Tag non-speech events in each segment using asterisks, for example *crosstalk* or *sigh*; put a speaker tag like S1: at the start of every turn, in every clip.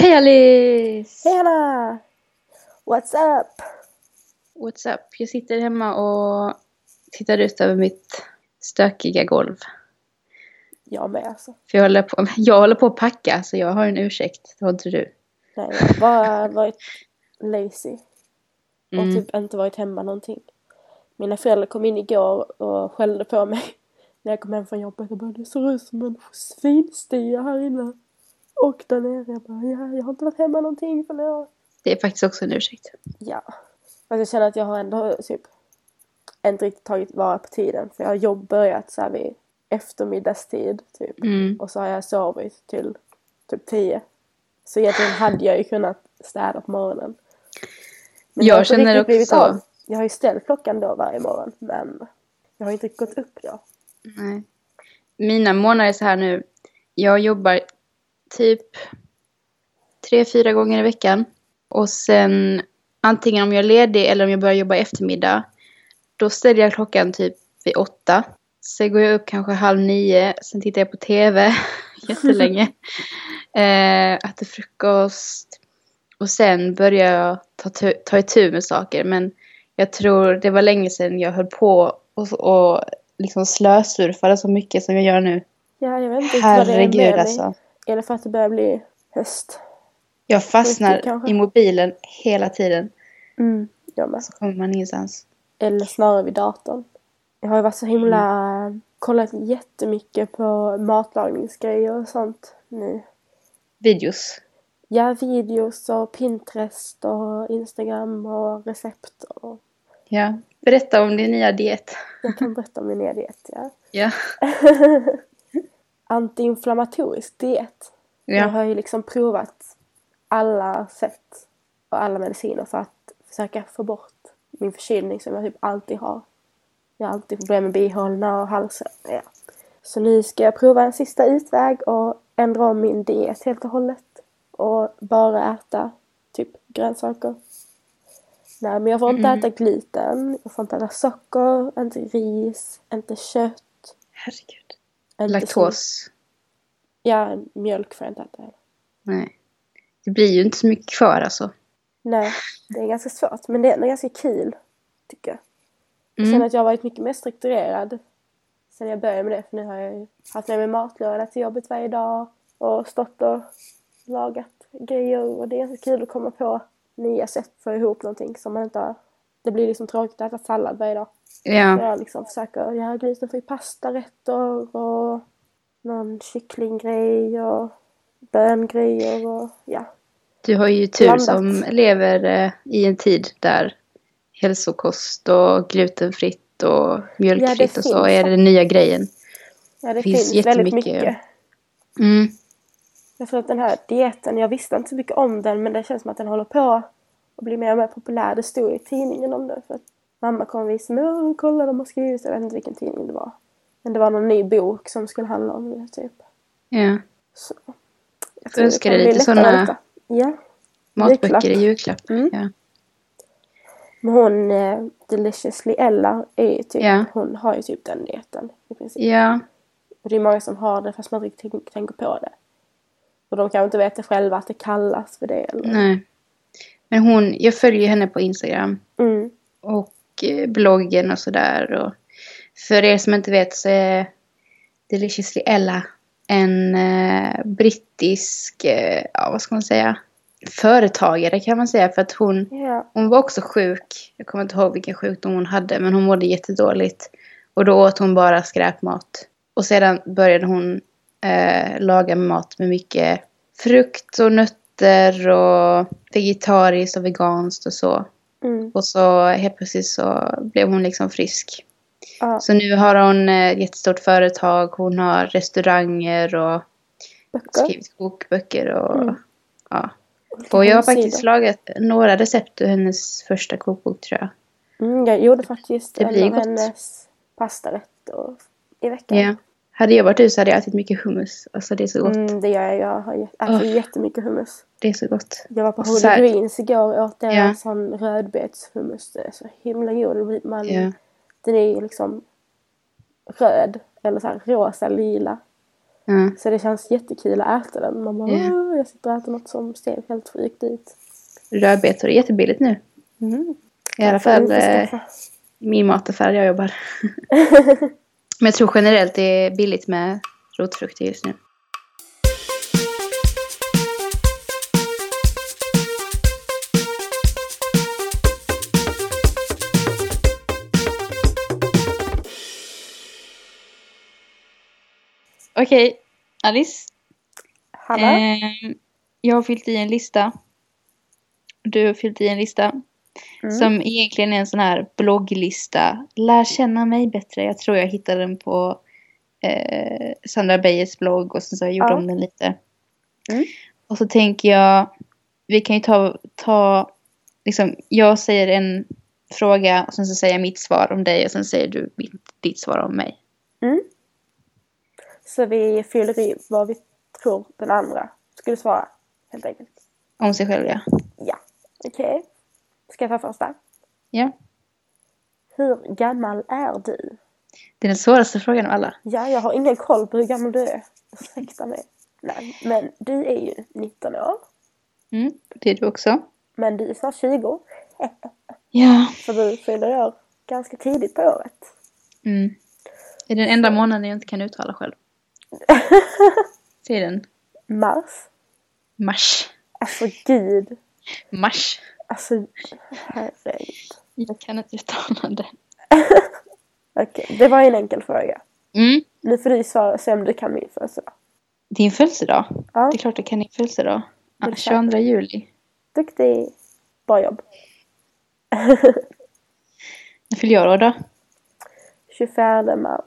S1: Alice!
S2: Hej Hanna! What's up?
S1: What's up? Jag sitter hemma och tittar ut över mitt stökiga golv.
S2: Jag med alltså.
S1: För jag håller på, *laughs* jag håller på att packa så jag har en ursäkt. Det har inte du.
S2: Nej, jag har bara varit lazy och
S1: Mm.
S2: typ inte varit hemma någonting. Mina föräldrar kom in igår och skällde på mig när jag kom hem från jobbet och bara det ser ut som en svinstia här inne. Och där nere. Jag bara ja, jag har inte varit hemma någonting för några
S1: Det är faktiskt också en ursäkt.
S2: Ja. Fast jag känner att jag har ändå typ inte riktigt tagit vara på tiden för jag har jobb börjat så här vid eftermiddagstid typ.
S1: Mm.
S2: Och så har jag sovit till typ 10. Så egentligen hade jag ju kunnat städa på morgonen. det
S1: Jag
S2: har inte
S1: känner
S2: riktigt blivit
S1: också-
S2: av. Jag har ju ställt klockan då varje morgon men jag har inte riktigt gått upp då.
S1: Nej. Mina månader är så här nu. Jag jobbar typ tre, fyra gånger i veckan. Och sen antingen om jag är ledig eller om jag börjar jobba i eftermiddag. Då ställer jag klockan typ vid åtta. Sen går jag upp kanske halv nio. Sen tittar jag på tv *laughs* jättelänge. eh, äter frukost. Och sen börjar jag ta, tu- ta itu med saker. Men jag tror det var länge sedan jag höll på och, och liksom slösurfade så mycket som jag gör nu.
S2: Ja jag vet inte riktigt vad det är
S1: Herregud
S2: med
S1: alltså.
S2: mig. Eller för att det börjar bli höst.
S1: Jag
S2: Riktigt,
S1: fastnar
S2: kanske.
S1: i mobilen hela tiden.
S2: Mm. Jag med.
S1: Så kommer man ingenstans.
S2: Eller snarare vid datorn. Jag har ju varit så himla...
S1: Mm.
S2: Kollat jättemycket på matlagningsgrejer och sånt nu.
S1: Videos.
S2: Ja, videos och Pinterest och Instagram och recept och...
S1: Ja. Berätta om din nya diet.
S2: Jag kan berätta om min nya diet, ja.
S1: Ja.
S2: Antiinflammatorisk diet. Jag
S1: Ja.
S2: har ju liksom provat alla sätt och alla mediciner för att försöka få bort min förkylning som jag typ alltid har. Jag har alltid problem med bihålorna och halsen. Ja. Så nu ska jag prova en sista utväg och ändra om min diet helt och hållet. Och bara äta typ grönsaker. Nej men jag får inte äta gluten, jag får inte äta socker, inte ris, inte kött.
S1: Herregud.
S2: Inte
S1: Laktos.
S2: Ja, mjölk får jag inte äta heller.
S1: Nej. Det blir ju inte så mycket kvar alltså.
S2: Nej, det är ganska svårt. Men det är ändå ganska kul, tycker jag. Jag känner
S1: Mm.
S2: att jag har varit mycket mer strukturerad sen jag började med det. För nu har jag ju haft med mig matlåda till jobbet varje dag och stått och lagat grejer. Och det är ganska kul att komma på nya sätt för att få ihop någonting som man inte har. Det blir liksom tråkigt att äta sallad varje dag. Så
S1: Ja.
S2: Jag liksom försöker, jag har glutenfri pastarätter och någon kycklinggrej och böngrejer och ja.
S1: Du har ju tur
S2: Blandat.
S1: som lever eh, i en tid där hälsokost och glutenfritt och mjölkfritt och så
S2: finns
S1: är den nya grejen.
S2: Ja, det
S1: Finns
S2: finns, väldigt
S1: jättemycket.
S2: mycket.
S1: Mm.
S2: Jag tror att den här dieten, jag visste inte så mycket om den men det känns som att den håller på att bli mer och mer populär. Det stod i tidningen om det för att mamma kom visa mig "Åh, kolla de har skrivit, jag vet inte vilken tidning det var. Men det var någon ny bok som skulle handla om det typ.
S1: Ja.
S2: Så, jag
S1: Jag önskar
S2: det
S1: dig
S2: kan
S1: lite
S2: bli lättare
S1: såna-
S2: detta. Ja.
S1: Matböcker i julklapp.
S2: Julklapp. Mm.
S1: Ja.
S2: Men hon, eh, Deliciously Ella, är ju typ,
S1: Ja.
S2: hon har ju typ den dieten i princip.
S1: ja.
S2: Och det är många som har det fast man inte riktigt tänk- tänker på det. Och de kanske inte vet det själva att det kallas för det eller...
S1: Nej. Men hon, jag följer henne på Instagram
S2: Mm.
S1: och eh, bloggen och sådär. Och för er som inte vet så är Deliciously Ella en eh, brittisk, eh, ja vad ska man säga, företagare kan man säga. För att hon,
S2: Ja.
S1: hon var också sjuk. Jag kommer inte ihåg vilken sjukdom hon hade men hon mådde jättedåligt. Och då åt hon bara skräpmat. Och sedan började hon eh, laga mat med mycket frukt och nötter och vegetariskt och veganskt och så.
S2: Mm.
S1: Och så helt plötsligt så blev hon liksom frisk.
S2: Ja.
S1: Så nu har hon eh, ett jättestort företag, hon har restauranger och
S2: Böcker.
S1: skrivit kokböcker och
S2: Mm.
S1: ja. Och jag har faktiskt
S2: Hemsidor.
S1: lagat några recept ur hennes första kokbok tror jag.
S2: Mm, jag gjorde faktiskt
S1: Det
S2: en
S1: blir
S2: av
S1: gott.
S2: hennes pastarätt och, i veckan.
S1: Ja. Hade jag varit du så hade jag ätit mycket hummus. Alltså det är så gott.
S2: Mm, det gör jag. Jag har jä- äter
S1: Uff.
S2: jättemycket hummus.
S1: Det är så gott.
S2: Jag var på
S1: Och så här-
S2: Holy Greens igår och åt deras
S1: Ja.
S2: sån rödbetshummus. Det är så himla god. Det blir- Man,
S1: Ja.
S2: Den är ju liksom röd eller så här rosa lila.
S1: Ja.
S2: Så det känns jättekul att äta den. Man bara,
S1: Ja.
S2: "Åh, jag sitter och äter något som ser helt sjukt ut.
S1: Rödbetor är jättebilligt nu. Mm. I alla fall eh, i min mataffär där jag *laughs* jobbar. Men jag tror generellt det är billigt med rotfrukter just nu. Okej, Alice.
S2: Hanna?
S1: Ehm, jag har fyllt i en lista. Du har fyllt i en lista.
S2: Mm.
S1: Som egentligen är en sån här blogglista. Lär känna mig bättre. Jag tror jag hittade den på eh, Sandra Beijers blogg och sen så har jag gjort
S2: Ja.
S1: om den lite.
S2: Mm.
S1: Och så tänker jag, vi kan ju ta, ta liksom, jag säger en fråga och sen så säger jag mitt svar om dig och sen säger du mitt, ditt svar om mig.
S2: Mm. Så vi fyller i vad vi tror den andra skulle svara, helt enkelt.
S1: Om sig själv ja.
S2: Ja, okej. Ska jag ta första?
S1: ja.
S2: Hur gammal är du?
S1: Det är den svåraste frågan av alla.
S2: Ja, jag har ingen koll på hur gammal du är. Ursäkta mig. Nej, men du är ju 19 år.
S1: Mm. Det är du också.
S2: Men du är snart 20.
S1: Ja.
S2: För du fyller år ganska tidigt på året.
S1: Mm. Det är den enda månaden jag inte kan uttala *laughs* själv. Säg den.
S2: Mars.
S1: Mars.
S2: Alltså gud.
S1: Mars.
S2: Alltså herregud.
S1: Jag kan inte uttala det.
S2: Okej, det var en enkel fråga.
S1: Mm.
S2: Nu får du svara se om du kan min första.
S1: Din födelsedag.
S2: Ja,
S1: Det är klart du kan din födelsedag. Ja,
S2: Exakt.
S1: 22 juli.
S2: duktig. Bra jobb.
S1: När fyller jag år då?
S2: 24 mars.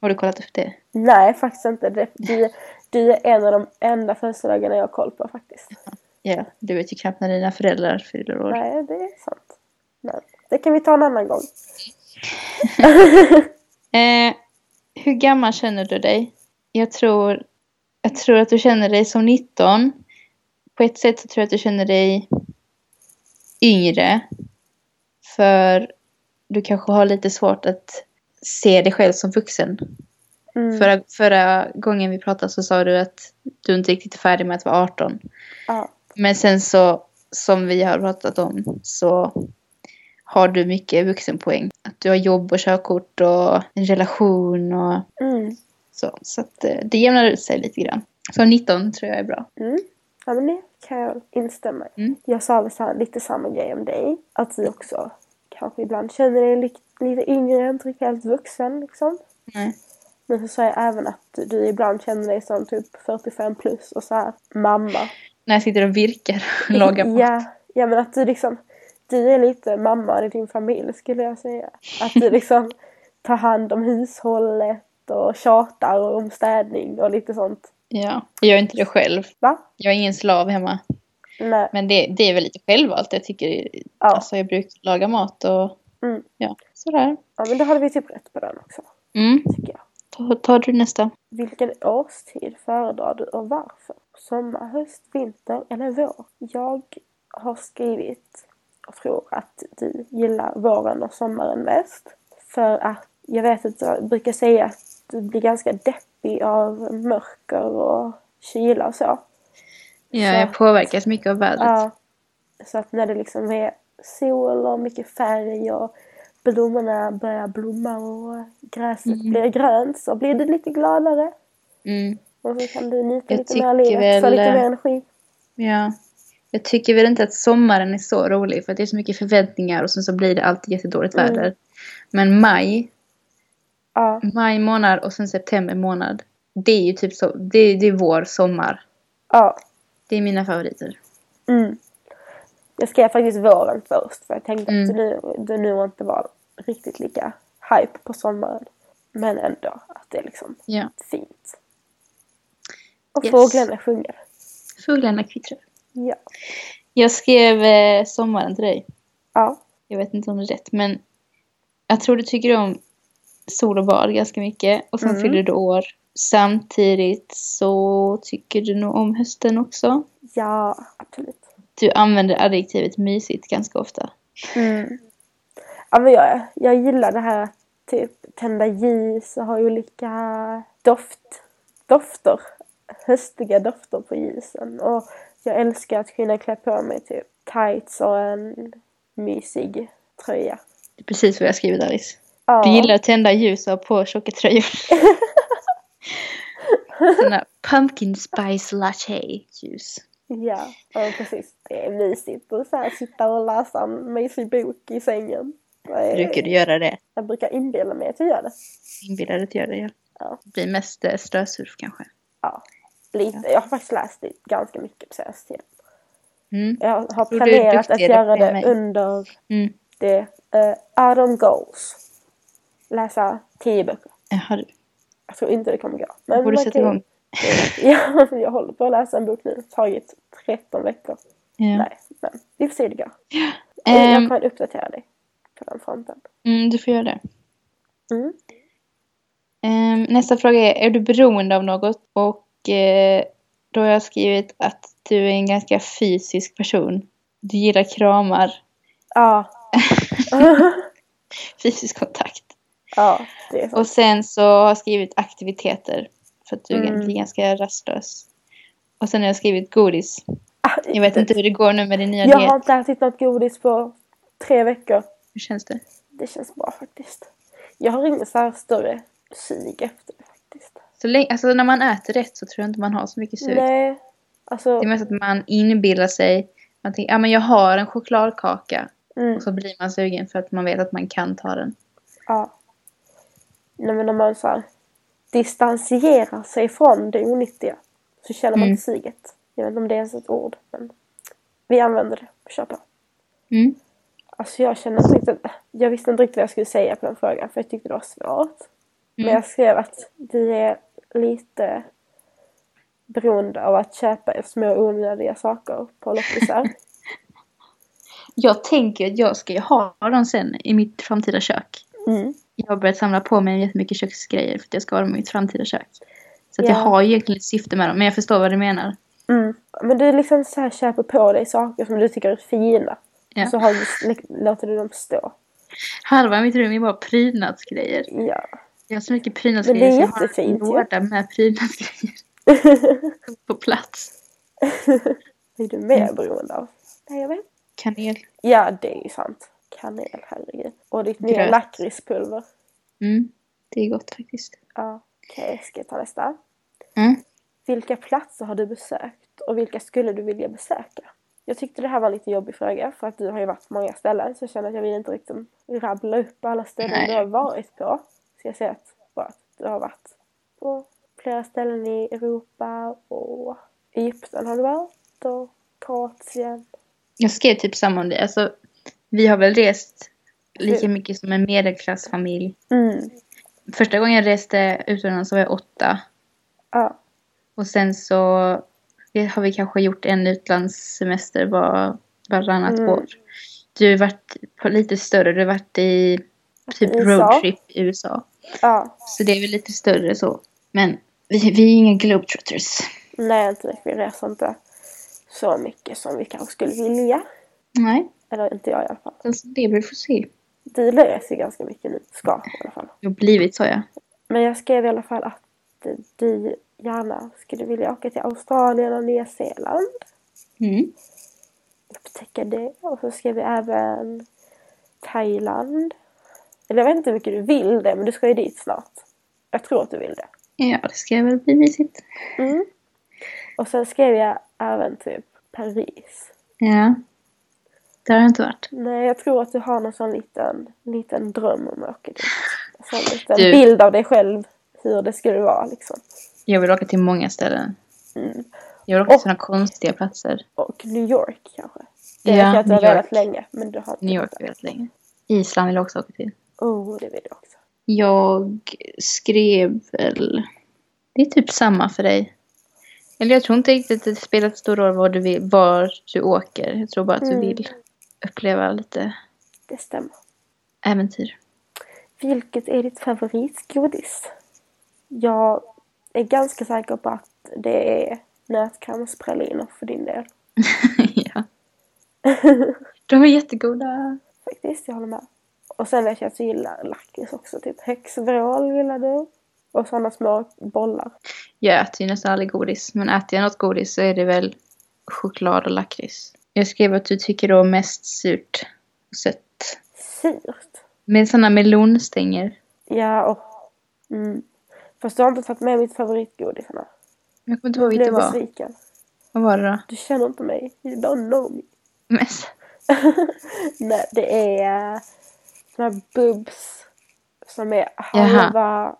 S1: Har du kollat upp det?
S2: Nej, faktiskt inte. Det, du, du är en av de enda födelsedagarna jag har koll på faktiskt.
S1: Ja, du vet ju knappt när dina föräldrar fyller år.
S2: Nej, det är sant. Men det kan vi ta en annan gång.
S1: Eh, hur gammal känner du dig? Jag tror, jag tror att du känner dig som 19. På ett sätt så tror jag att du känner dig yngre. För du kanske har lite svårt att se dig själv som vuxen.
S2: Mm.
S1: Förra, förra gången vi pratade så sa du att du inte riktigt är färdig med att vara 18.
S2: Ja,
S1: Men sen så, som vi har pratat om, så har du mycket vuxenpoäng. Att du har jobb och körkort och en relation och
S2: mm.
S1: så. Så att eh, det jämnar ut sig lite grann. Så 19 tror jag är bra.
S2: Mm. ja men det kan jag instämma i.
S1: Mm.
S2: Jag sa väl så här, lite samma grej om dig. Att du också kanske ibland känner dig li- lite yngre, inte riktigt helt vuxen liksom.
S1: Nej.
S2: Men så sa jag även att du ibland känner dig som typ 45 plus och så här mamma.
S1: När jag sitter och virkar och lagar *laughs* mat.
S2: *laughs* Ja, ja men att du liksom, du är lite mamma i din familj skulle jag säga. Att du liksom *laughs* tar hand om hushållet och tjatar och om städning och lite sånt.
S1: Ja. Jag gör inte det själv.
S2: Va?
S1: Jag är ingen slav hemma.
S2: Nej.
S1: Men det, det är väl lite självvalt. Jag tycker,
S2: Ja.
S1: alltså jag brukar laga mat och
S2: Mm.
S1: ja, sådär.
S2: Ja men då hade vi typ rätt på den också,
S1: Mm.
S2: tycker jag.
S1: Ta- Tar du nästa?
S2: Vilken årstid föredrar du och varför? Sommar, höst, vinter eller vår? Jag har skrivit och tror att du gillar våren och sommaren mest. För att jag vet att jag brukar säga att du blir ganska deppig av mörker och kyla och så.
S1: Ja,
S2: Så-
S1: jag påverkas mycket av vädret.
S2: Ja. Så att när det liksom är sol och mycket färg och blommorna börjar blomma och gräset blir grönt så blir du lite gladare.
S1: Mm.
S2: Och så kan du njuta
S1: Jag
S2: lite mer av
S1: tycker
S2: livet,
S1: väl,
S2: få lite
S1: eh,
S2: mer energi.
S1: Ja. Jag tycker väl inte att sommaren är så rolig för att det är så mycket förväntningar och sen så blir det alltid jättedåligt
S2: Mm.
S1: väder. Men maj,
S2: Ja,
S1: maj månad och sen september månad. Det är ju typ så, det, det är vår sommar.
S2: ja.
S1: Det är mina favoriter.
S2: Mm. Jag skrev faktiskt våren först för jag tänkte att
S1: Mm.
S2: nu, det nu inte var riktigt lika hype på sommaren. Men ändå att det är liksom
S1: Ja.
S2: fint. Och
S1: Yes.
S2: fåglarna sjunger.
S1: Fåglarna kvittrar.
S2: Ja.
S1: Jag skrev eh, sommaren till dig.
S2: Ja.
S1: Jag vet inte om det är rätt men jag tror du tycker om sol och bad ganska mycket och sen
S2: Mm.
S1: fyller du år. Samtidigt så tycker du nog om hösten också.
S2: Ja, absolut.
S1: Du använder adjektivet mysigt ganska ofta.
S2: Mm. Ja, men jag, jag gillar det här att typ tända ljus och ha olika doft dofter. Höstiga dofter på jeansen. Och jag älskar att kunna klä på mig typ tights och en mysig tröja.
S1: Det är precis vad jag skrivit Alice.
S2: Ja.
S1: Du gillar att tända ljus och ha på tjocka
S2: *laughs*
S1: tröjor. Såna pumpkin spice latte ljus.
S2: Ja, ja precis. Det är mysigt att så här sitta och läsa en mysig bok i sängen.
S1: Brukar du göra det?
S2: Jag brukar inbilla mig att jag gör det.
S1: Inbillar dig att göra det? Ja.
S2: Ja.
S1: Det blir mest eh, strösurf kanske.
S2: Ja, lite. Jag har faktiskt läst det ganska mycket på senaste tiden.
S1: Mm.
S2: Jag har
S1: tror du är
S2: planerat att
S1: duktigare
S2: göra
S1: än
S2: det
S1: mig.
S2: under
S1: Mm.
S2: det uh, Adam Goals. Läsa tio böcker.
S1: Jaha, du.
S2: Jag tror inte det kommer gå. Men
S1: Borde
S2: man
S1: sätta
S2: kan-
S1: igång.
S2: *laughs* Ja, jag håller på att läsa en bok nu. Tagit 13 veckor.
S1: Ja.
S2: Nej, men vi får se hur det går. Eh, jag
S1: Ehm,
S2: kommer uppdatera dig på den fronten.
S1: mm, du får göra det.
S2: Mm.
S1: Ehm, nästa fråga är, är du beroende av något? Och eh, då har jag skrivit att du är en ganska fysisk person. Du gillar kramar,
S2: Ja.
S1: fysisk kontakt.
S2: *laughs* ja, det är så.
S1: Och sen så har jag skrivit aktiviteter. För att du
S2: Mm.
S1: är ganska rastlös. Och sen har jag skrivit godis. Jag vet inte hur det går nu med din nya
S2: Ah, Jag
S1: diet.
S2: har inte ätit något godis på tre veckor.
S1: Hur känns det?
S2: Det känns bra faktiskt. Jag har ingen så här större sug efter det faktiskt.
S1: Så länge, alltså när man äter rätt så tror jag inte man har så mycket sug.
S2: Nej, alltså.
S1: Det är mest att man inbillar sig. Man tänker, ja men jag har en chokladkaka.
S2: Mm,
S1: Och så blir man sugen för att man vet att man kan ta den.
S2: ja. Nej, men när man så här distanserar sig från det onyttiga så känner man
S1: Mm.
S2: inte suget. Jag vet inte om det är ens ett ord, men vi använder det. Kör på.
S1: Mm.
S2: Alltså jag känner inte riktigt, jag visste inte riktigt vad jag skulle säga på den frågan för jag tyckte det var svårt. Men jag skrev att vi är lite beroende av att köpa små onödiga saker på loppisar.
S1: Jag tänker att jag ska ju ha dem sen i mitt framtida kök.
S2: Mm.
S1: Jag har börjat samla på mig jättemycket köksgrejer för att jag ska ha dem i mitt framtida kök. Så att
S2: Ja.
S1: jag har ju egentligen ett syfte med dem, men jag förstår vad du menar.
S2: Mm. Men du liksom så här köper på dig saker som du tycker är fina.
S1: Ja.
S2: Och så har du, li- låter du dem stå.
S1: Halva mitt rum är bara prydnadsgrejer.
S2: Ja.
S1: Jag har så mycket prydnadsgrejer
S2: Men det är
S1: så jag har en
S2: jättefint ju.
S1: låda med prydnadsgrejer
S2: *laughs*
S1: på plats.
S2: Vad är du mer
S1: Mm.
S2: beroende av? Nej, jag vet inte.
S1: Kanel.
S2: Ja, det är ju sant. Kanel, herregud. Och ditt nya
S1: Gröt.
S2: lakritspulver.
S1: Mm, det är gott faktiskt.
S2: Ja. Okej, ska jag ta nästa?
S1: Mm.
S2: Vilka platser har du besökt och vilka skulle du vilja besöka? Jag tyckte det här var en lite jobbig fråga för att du har ju varit på många ställen så jag känner att jag vill inte riktigt rabbla upp alla ställen
S1: Nej.
S2: du har varit på. Så jag säger att, bara att du har varit på flera ställen i Europa och Egypten har du varit och Kroatien.
S1: Jag skrev typ samma om det. Alltså, vi har väl rest lika
S2: Hur?
S1: mycket som en medelklassfamilj.
S2: Mm.
S1: Första gången jag reste utomlands så var jag åtta.
S2: Ja.
S1: Och sen så har vi kanske gjort en utlandssemester var, varannat
S2: Mm.
S1: år. Du har varit på lite större, du har varit i typ
S2: I USA.
S1: roadtrip i USA.
S2: ja.
S1: Så det är väl lite större så. Men vi, vi är inga globetrotters.
S2: Nej, inte riktigt. Vi reser inte så mycket som vi kanske skulle vilja.
S1: Nej,
S2: Eller inte jag i alla fall.
S1: alltså det vi får se.
S2: Du reser ganska mycket nu. Ska i alla fall.
S1: Jag har blivit så ja.
S2: Men jag skrev i alla fall att du gärna skulle vilja åka till Australien och Nya Zeeland.
S1: Mm.
S2: Upptäcka det. Och så skrev jag även Thailand. Eller jag vet inte hur mycket du vill det, men du ska ju dit snart. Jag tror att du vill det.
S1: Ja, det ska väl bli mysigt.
S2: Mm. Och sen skrev jag även typ Paris.
S1: Ja. Där har jag inte varit.
S2: Nej, jag tror att du har någon sån liten, liten dröm om att åka dit. En sån liten
S1: Du-
S2: bild av dig själv. Hur det skulle vara liksom.
S1: Jag vill åka till många ställen.
S2: Mm.
S1: Jag vill åka till
S2: Och-
S1: sådana konstiga platser.
S2: Och New York kanske. Det vet
S1: Ja,
S2: jag att du har
S1: New York.
S2: velat länge. Men du har inte
S1: New York har jag varit länge. Island vill jag också åka till.
S2: Oh, det vill jag också.
S1: Jag skrev väl... Det är typ samma för dig. Eller jag tror inte riktigt att det spelar så stor roll var du, vill, var du åker. Jag tror bara att du
S2: Mm.
S1: vill uppleva lite
S2: Det stämmer.
S1: äventyr. *laughs*
S2: Vilket är ditt favoritgodis? Jag är ganska säker på att det är nötkramspraliner för din del.
S1: ja. De är jättegoda.
S2: Faktiskt, jag håller med. Och sen vet jag att du gillar lakrits också. Typ häxvrål gillar du. Och sådana små bollar.
S1: Jag äter ju nästan aldrig godis, men äter jag något godis så är det väl choklad och lakrits. Jag skrev att du tycker om mest surt och sött.
S2: Surt.
S1: Med sådana melonstänger.
S2: Ja, och... Mm. Fast du har inte tagit med mitt favoritgodis, Hanna.
S1: Jag kommer inte ihåg vilket det
S2: blev
S1: var.
S2: besviken.
S1: Vad var det då?
S2: Du känner inte mig. You don't know me.
S1: Men,
S2: Nej, det är eh, såna här bubs som är
S1: Jaha.
S2: halva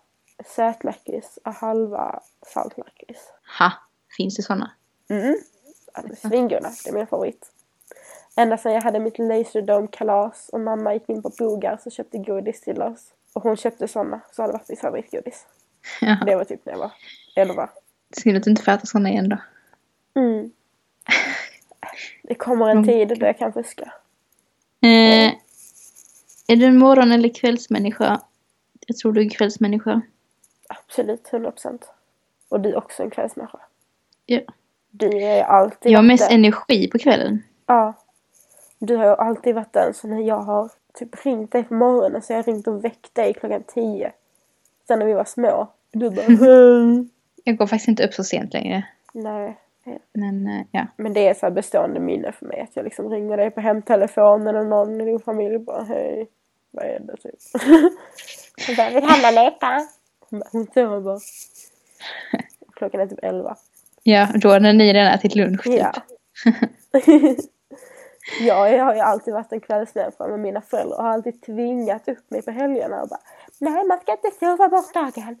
S2: sötlakrits och halva saltlakrits.
S1: ha, finns det sådana?
S2: Mm. Ja, de är Svingoda, det är min favorit. Ända sedan jag hade mitt Laserdome-kalas och mamma gick in på Bogar så köpte godis till oss. Och hon köpte sådana, så har det varit mitt favoritgodis.
S1: *laughs* Ja.
S2: Det var typ när jag var elva.
S1: Synd att du inte får äta sådana igen då.
S2: Mm. Det kommer en tid då jag kan fuska.
S1: Eh, är du en morgon eller kvällsmänniska? Jag tror du är en kvällsmänniska.
S2: Absolut, 100%. Och du är också en kvällsmänniska.
S1: Ja.
S2: Du är alltid
S1: Jag har
S2: varit
S1: mest
S2: den-
S1: energi på kvällen.
S2: Ja. Du har ju alltid varit den som när jag har typ ringt dig på morgonen så jag har ringt och väckt dig klockan tio. Sen när vi var små.
S1: *laughs*
S2: Du bara "Hej."
S1: Jag går faktiskt inte upp så sent längre.
S2: Nej.
S1: Men eh, ja.
S2: Men det är så här bestående minne för mig att jag liksom ringer dig på hemtelefonen och någon i din familj bara hej. Vad är det typ? *laughs* Hon bara vill Hanna leka? Hon bara, Hon
S1: *laughs*
S2: sover bara. Klockan är typ elva.
S1: Ja, då när ni redan ätit lunch typ.
S2: Ja. *laughs* ja, jag har ju alltid varit en kvällsmänniska men mina föräldrar har alltid tvingat upp mig på helgerna och bara Nej man ska inte sova bort dagen.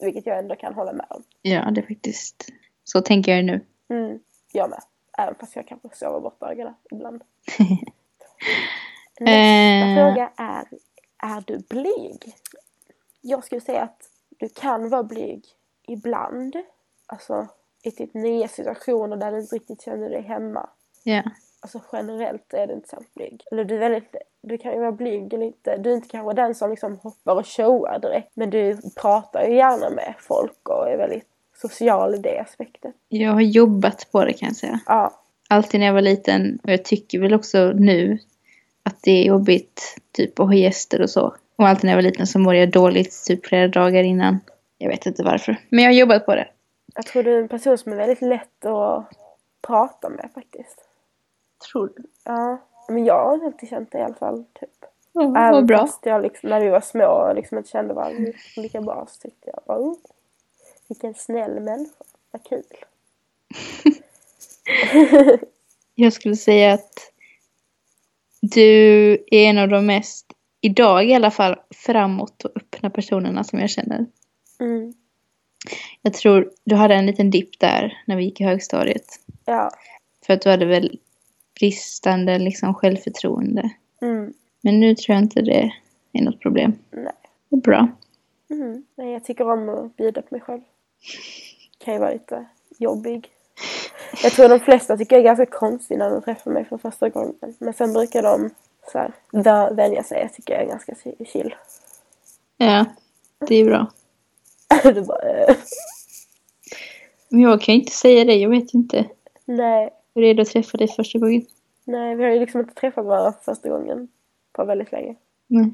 S2: Vilket jag ändå kan hålla med om.
S1: Ja, det är faktiskt. Så tänker jag nu.
S2: Mm, jag med. Även fast jag kanske sover bort dagarna ibland.
S1: Eh.
S2: Nästa fråga är Är du blyg? Jag skulle säga att du kan vara blyg ibland. Alltså i typ nya situationer där du inte riktigt känner dig hemma.
S1: Ja.
S2: Alltså generellt är du inte särskilt blyg. Eller du, är väldigt, du kan ju vara blyg lite. Du är inte kanske den som liksom hoppar och showar direkt. Men du pratar ju gärna med folk och är väldigt social i det aspekten.
S1: Jag har jobbat på det kan jag säga.
S2: Ja,
S1: Alltid när jag var liten, och jag tycker väl också nu, att det är jobbigt typ att ha gäster och så. Och alltid när jag var liten så mådde jag dåligt typ flera dagar innan. Jag vet inte varför. Men jag har jobbat på det.
S2: jag tror du är en person som är väldigt lätt att prata med faktiskt.
S1: Tror du?
S2: Ja, men jag har alltid känt det i alla fall. Typ.
S1: Ja,
S2: Även
S1: vad bra.
S2: fast jag liksom, när vi var små och liksom inte kände varandra lika bra så tyckte jag bara, oh, vilken snäll människa. Vad kul.
S1: Jag skulle säga att du är en av de mest, idag i alla fall, framåt och öppna personerna som jag känner.
S2: Mm.
S1: Jag tror du hade en liten dipp där när vi gick i högstadiet.
S2: Ja.
S1: För att du hade väl bristande liksom, självförtroende.
S2: Mm.
S1: Men nu tror jag inte det är något problem.
S2: Nej.
S1: Det är bra.
S2: Mm. Nej, jag tycker om att bjuda på mig själv. Kan ju vara lite jobbig. Jag tror de flesta tycker jag är ganska konstig när de träffar mig för första gången. Men sen brukar de så här, vä- vänja sig. Jag tycker jag är ganska chi- chill. *laughs*
S1: Ja, det är bra.
S2: du bara, eh.
S1: Men jag kan ju inte säga det, jag vet ju inte.
S2: Nej,
S1: Hur är det att träffa dig första gången?
S2: nej, vi har ju liksom inte träffat varandra för första gången på väldigt länge.
S1: Nej.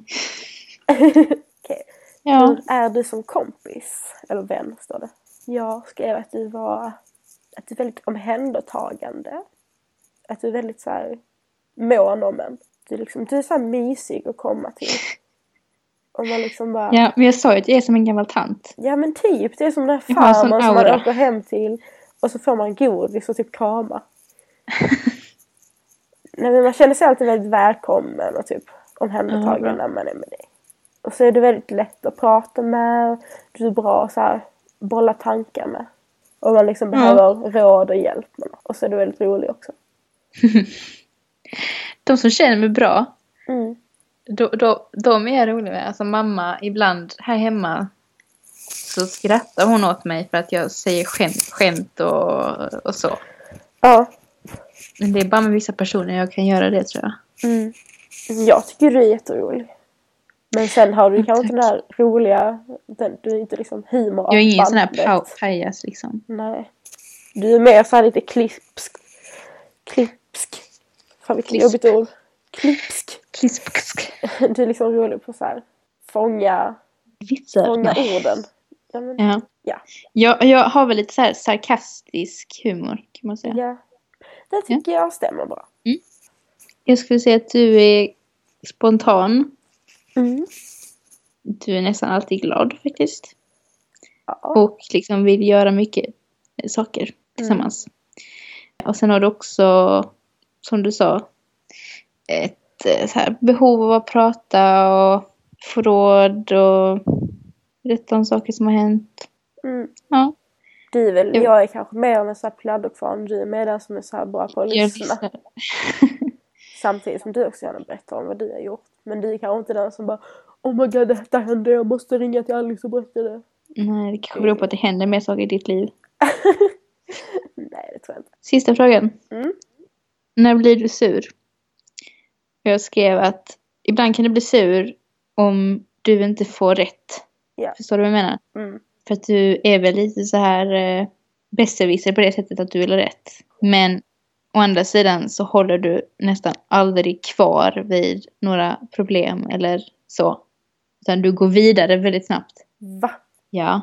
S2: Okej.
S1: Mm. Ja.
S2: Hur är du som kompis? Eller vän, står det. Jag skrev att du var att du är väldigt omhändertagande. Att du är väldigt så här mån om en. Du är, liksom, du är så här mysig att komma till. Och man liksom bara... Ja,
S1: ja, men jag sa ju att jag är som en gammal tant.
S2: men typ. Det är som den här
S1: Jag har en sån
S2: farmen som man
S1: aura.
S2: åker hem till och så får man godis och
S1: *laughs*
S2: typ krama. Nej men man känner sig alltid väldigt välkommen och typ omhändertagen
S1: Ja, bra.
S2: när man är med dig. Och så är du väldigt lätt att prata med. Du är bra att så här bolla tankar med. Om man liksom
S1: Ja.
S2: behöver råd och hjälp med något. Och så är du väldigt rolig också.
S1: De som känner mig bra,
S2: Mm.
S1: då, då, de är jag rolig med. Alltså mamma, ibland här hemma så skrattar hon åt mig för att jag säger skämt, skämt och, och så.
S2: Ja.
S1: Men det är bara med vissa personer jag kan göra det tror jag.
S2: Mm. Jag tycker du är jätterolig. Men sen har
S1: Mm,
S2: du kanske inte den här roliga, den, du är inte liksom humor
S1: Jag är ingen
S2: av
S1: sån här
S2: bandet.
S1: pau- pajas liksom.
S2: Nej. Du är mer så här lite klipsk. Klipsk. Fan vilket
S1: Klisp.
S2: jobbigt ord. Klipsk. *laughs*
S1: Klispksk.
S2: Du är liksom rolig på så här fånga,
S1: Vitsar?
S2: fånga
S1: Nej.
S2: orden. Ja, men,
S1: Ja.
S2: Ja.
S1: Jag, jag har väl lite så här sarkastisk humor kan man säga.
S2: ja. Det tycker jag stämmer bra.
S1: Jag skulle säga att du är spontan.
S2: Mm.
S1: Du är nästan alltid glad faktiskt.
S2: Ja. Mm.
S1: Och liksom vill göra mycket eh, saker tillsammans. Och sen har du också, som du sa, ett eh, så här, behov av att prata och få råd och berätta om saker som har hänt.
S2: Mm.
S1: Ja,
S2: Du är väl,
S1: Jo.
S2: jag är kanske mer av en sån här pladderkvarn. Du är mer den som är så här bra på att
S1: jag
S2: lyssna.
S1: lyssnar.
S2: Samtidigt som du också gärna berättar om vad du har gjort. Men du är kanske inte den som bara Oh my god, detta hände. Jag måste ringa till Alice och
S1: *laughs*
S2: berätta det.
S1: Nej, det kanske beror på att det händer mer saker i ditt liv.
S2: Nej, det tror jag inte.
S1: Sista frågan.
S2: Mm.
S1: När blir du sur? Jag skrev att ibland kan du bli sur om du inte får rätt.
S2: Ja.
S1: Förstår du vad jag menar?
S2: Mm.
S1: För att du är väl lite så här eh, besserwisser på det sättet att du vill ha rätt. Men å andra sidan så håller du nästan aldrig kvar vid några problem eller så. Utan du går vidare väldigt snabbt.
S2: Va?
S1: Ja,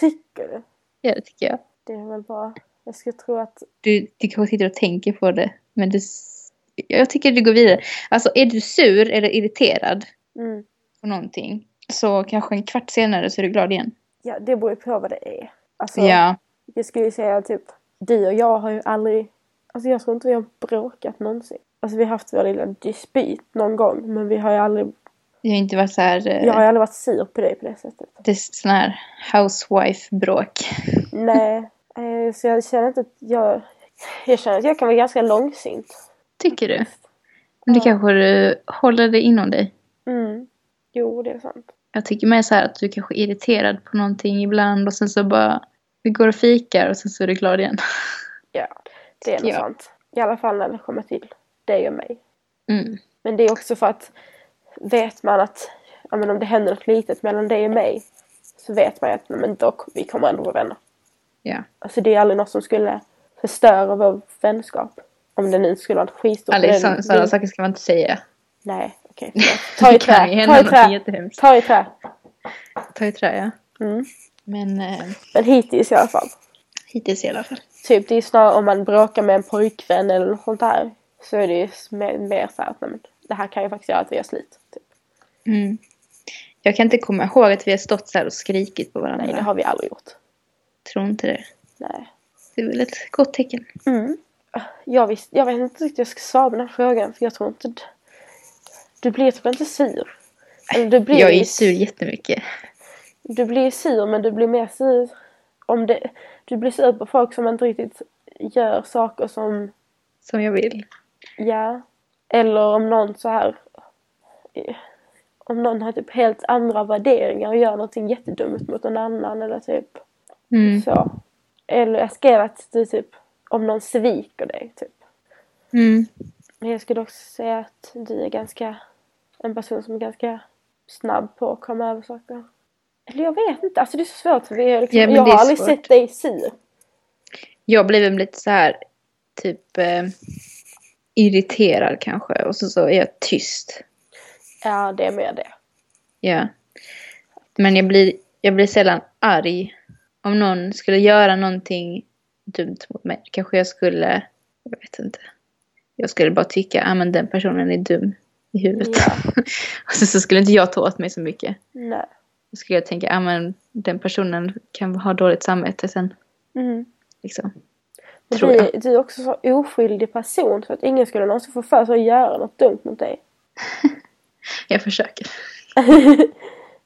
S2: Tycker du?
S1: ja det tycker jag.
S2: Det är väl bra. Jag skulle tro att
S1: du, du kanske sitter och tänker på det. Men du, s- jag tycker du går vidare. Alltså är du sur eller irriterad
S2: mm,
S1: på någonting. Så kanske en kvart senare så är du glad igen.
S2: ja, det beror ju på vad det är. Alltså,
S1: Ja.
S2: Jag skulle ju säga typ, du och jag har ju aldrig, alltså jag tror inte vi har bråkat någonsin. Alltså vi har haft vår lilla dispyt någon gång men vi har ju aldrig,
S1: Jag har inte varit så här, eh,
S2: jag har ju aldrig varit sur på dig på det sättet.
S1: det är sån här housewife-bråk. *laughs*
S2: Nej, eh, så jag känner inte att jag, jag känner att jag kan vara ganska långsint.
S1: Tycker du? Men det kanske du håller det inom dig.
S2: Mm. Jo, det är sant.
S1: Jag tycker mer så här att du kanske är irriterad på någonting ibland och sen så bara vi går och fikar och sen så är du glad igen. *laughs*
S2: Ja, det är nog
S1: Ja.
S2: sant. I alla fall när det kommer till dig och mig.
S1: Mm.
S2: Men det är också för att vet man att ja, men om det händer något litet mellan dig och mig så vet man ju att nej, men då, vi kommer ändå vara vänner.
S1: Ja.
S2: Alltså det är aldrig något som skulle förstöra vår vänskap. Om det nu skulle vara ett skitstort...
S1: Alice,
S2: men-
S1: Alltså, så- sådana saker ska man inte säga.
S2: Nej,
S1: *laughs*
S2: okej. förlåt. Ta i
S1: Det kan ju
S2: trä,
S1: hända
S2: ta i
S1: någonting
S2: trä,
S1: jättehemskt.
S2: ta i trä.
S1: Ta i trä, ja.
S2: Mm.
S1: Men eh,
S2: Men hittills i alla fall.
S1: hittills i alla fall.
S2: Typ det är snarare om man bråkar med en pojkvän eller något sånt där. Så är det ju mer, mer så här att nej, men, det här kan ju faktiskt göra att vi gör slut. Typ.
S1: Mm. Jag kan inte komma ihåg att vi har stått så här och skrikit på varandra.
S2: Nej, det
S1: jag
S2: har vi aldrig gjort.
S1: tror inte det.
S2: Nej.
S1: Det är väl ett gott tecken.
S2: Mm. Jag, visst, jag vet inte riktigt hur jag ska svara på den här frågan för jag tror inte du, du blir typ inte sur. Eller du blir
S1: Jag är ju
S2: ju-
S1: sur jättemycket.
S2: Du blir sur men du blir mer sur om det... Du blir sur på folk som inte riktigt gör saker som...
S1: Som jag vill.
S2: Ja. Eller om någon så här... eh, Om någon har typ helt andra värderingar och gör någonting jättedumt mot någon annan eller typ
S1: Mm.
S2: så. Eller jag skrev att du typ... Om någon sviker dig typ.
S1: Mm.
S2: Men jag skulle också säga att du är ganska en person som är ganska snabb på att komma över saker. Eller jag vet inte, alltså det är så svårt för vi är liksom,
S1: Ja, men
S2: jag
S1: det är
S2: har aldrig
S1: svårt.
S2: sett dig sur.
S1: Jag blev väl lite så här typ eh, irriterad kanske och så, så är jag tyst.
S2: Ja, det är mer det.
S1: Ja. Men jag blir, jag blir sällan arg. Om någon skulle göra någonting dumt mot mig kanske jag skulle, jag vet inte. Jag skulle bara tycka, ah, men den personen är dum i huvudet.
S2: Ja.
S1: *laughs* och sen så skulle inte jag ta åt mig så mycket.
S2: Nej.
S1: Då skulle jag tänka, ah, men den personen kan ha dåligt samvete sen.
S2: Mm.
S1: Liksom.
S2: Men
S1: Tror
S2: du, du är också så oskyldig person så att ingen skulle någonsin få för sig att göra något dumt mot dig.
S1: Jag försöker.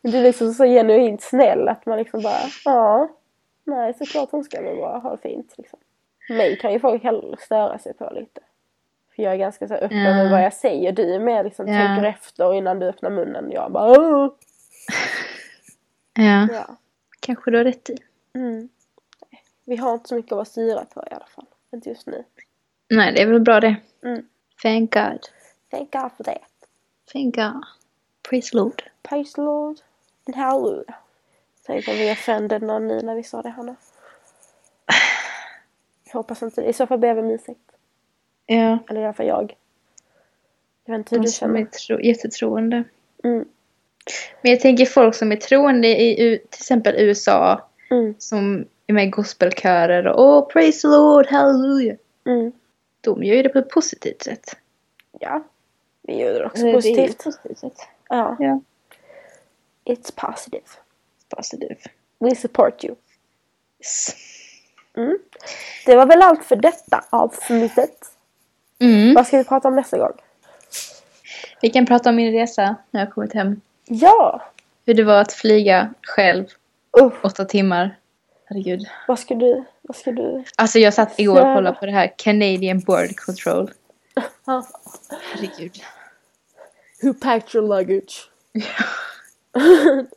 S2: Men du är liksom så genuint snäll att man liksom bara, ja, nej såklart hon ska väl bara ha det fint liksom. Mig kan ju folk hellre störa sig på lite. För jag är ganska så öppen med
S1: Ja.
S2: vad jag säger. Du är mer liksom
S1: Mm. Ja.
S2: tänker efter innan du öppnar munnen. Jag bara, Åh!
S1: Ja,
S2: ja.
S1: kanske du har rätt i.
S2: Mm. Nej. Vi har inte så mycket att vara styra på i alla fall. Inte just nu.
S1: Nej, det är väl bra det.
S2: Mm.
S1: Thank God.
S2: Thank God for that.
S1: Thank God. Praise Lord.
S2: Praise the Lord and hallelujah. Tänk om vi offended någon nu när vi sa det Hanna. Jag hoppas inte I så fall ber vi om ursäkt.
S1: Ja.
S2: Eller i alla fall jag. Jag vet inte hur
S1: De
S2: du
S1: som är
S2: känner.
S1: tro- jättetroende.
S2: Mm.
S1: Men jag tänker folk som är troende i U- till exempel USA
S2: Mm.
S1: Som är med i gospelkörer och oh, praise the Lord, halleluja.
S2: Mm.
S1: De gör ju det på ett positivt sätt.
S2: Ja. Vi gör det också
S1: Det är ju
S2: positivt.
S1: positivt sätt.
S2: Ja.
S1: Ja.
S2: It's positive.
S1: Positiv.
S2: We support you.
S1: Yes.
S2: Mm. Det var väl allt för detta avsnittet.
S1: Mm.
S2: Vad ska vi prata om nästa gång?
S1: Vi kan prata om min resa när jag kommit hem.
S2: Ja!
S1: Hur det var att flyga själv
S2: Uff,
S1: åtta timmar. Herregud.
S2: vad ska du... Vad ska du...
S1: Alltså jag satt igår och
S2: Jävlar.
S1: kollade på det här Canadian Board Control.
S2: Ja.
S1: Herregud.
S2: Who packed your luggage? *laughs*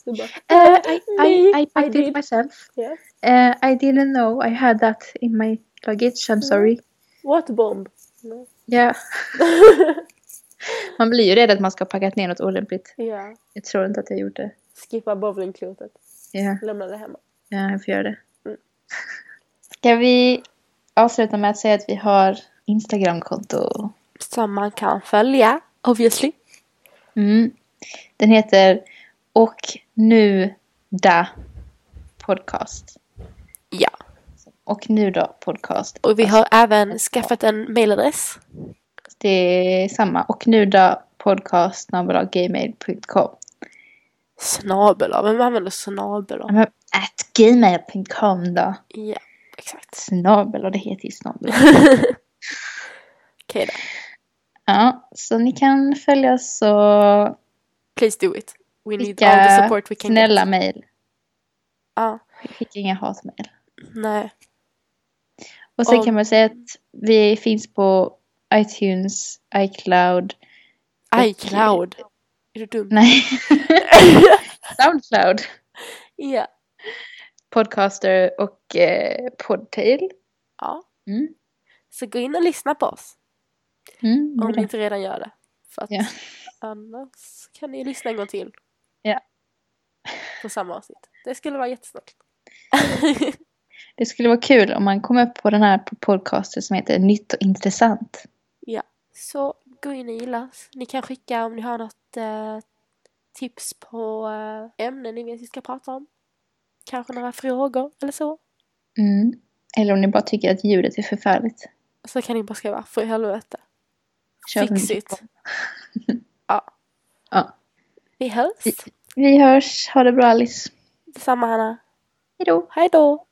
S2: du bara,
S1: Uh, I,
S2: Me,
S1: I, I packed
S2: I
S1: it
S2: did.
S1: myself.
S2: yeah.
S1: Uh, I didn't know I had that in my luggage. I'm sorry.
S2: What bomb?
S1: *laughs* Ja. man blir ju rädd att man ska ha packat ner något olämpligt.
S2: Ja.
S1: Jag tror inte att jag gjorde det.
S2: Skippa bowlingklotet.
S1: Ja,
S2: Lämna det hemma.
S1: ja jag får göra det.
S2: Mm.
S1: Ska vi avsluta med att säga att vi har Instagramkonto?
S2: Som man kan följa, obviously.
S1: Mm. Den heter Och nu da podcast.
S2: Ja.
S1: Och nu då podcast.
S2: Och vi har även skaffat en mailadress.
S1: Det är samma. Och nu då podcast gmail.com.
S2: Snabel av. Vem använder snabel av?
S1: Men At gmail.com då.
S2: Ja, exakt.
S1: Snabel och det heter ju snabel.
S2: Okej då.
S1: Ja, så ni kan följa oss och
S2: Please do it. We need all the
S1: skicka
S2: support we can
S1: snälla
S2: get.
S1: mejl.
S2: Ja,
S1: Skicka inga hatmejl.
S2: nej.
S1: Och sen
S2: Och-
S1: kan man säga att vi finns på iTunes, iCloud, *laughs*
S2: iCloud. Är du dum?
S1: nej, Soundcloud,
S2: ja.
S1: Podcaster och eh, Podtail.
S2: ja.
S1: Mm.
S2: Så gå in och lyssna på oss.
S1: Mm,
S2: Om
S1: bra.
S2: ni inte redan gör det. För att
S1: Ja.
S2: annars kan ni lyssna en gång till.
S1: Ja.
S2: På samma avsnitt. Det skulle
S1: *laughs*
S2: vara jättesnällt.
S1: Det skulle vara kul om man kom upp på den här på podcasten som heter Nytt och intressant.
S2: Ja, så gå in och gilla oss. Ni kan skicka om ni har något eh, tips på eh, ämnen ni vill att vi ska prata om. Kanske några frågor eller så.
S1: Mm. Eller om ni bara tycker att ljudet är förfärligt.
S2: Så kan ni bara skriva för i helvete.
S1: Kör en
S2: Fix it. ja.
S1: Ja.
S2: Vi hörs.
S1: Vi hörs. Ha det bra Alice.
S2: Detsamma Hanna.
S1: Hejdå.
S2: Hej då.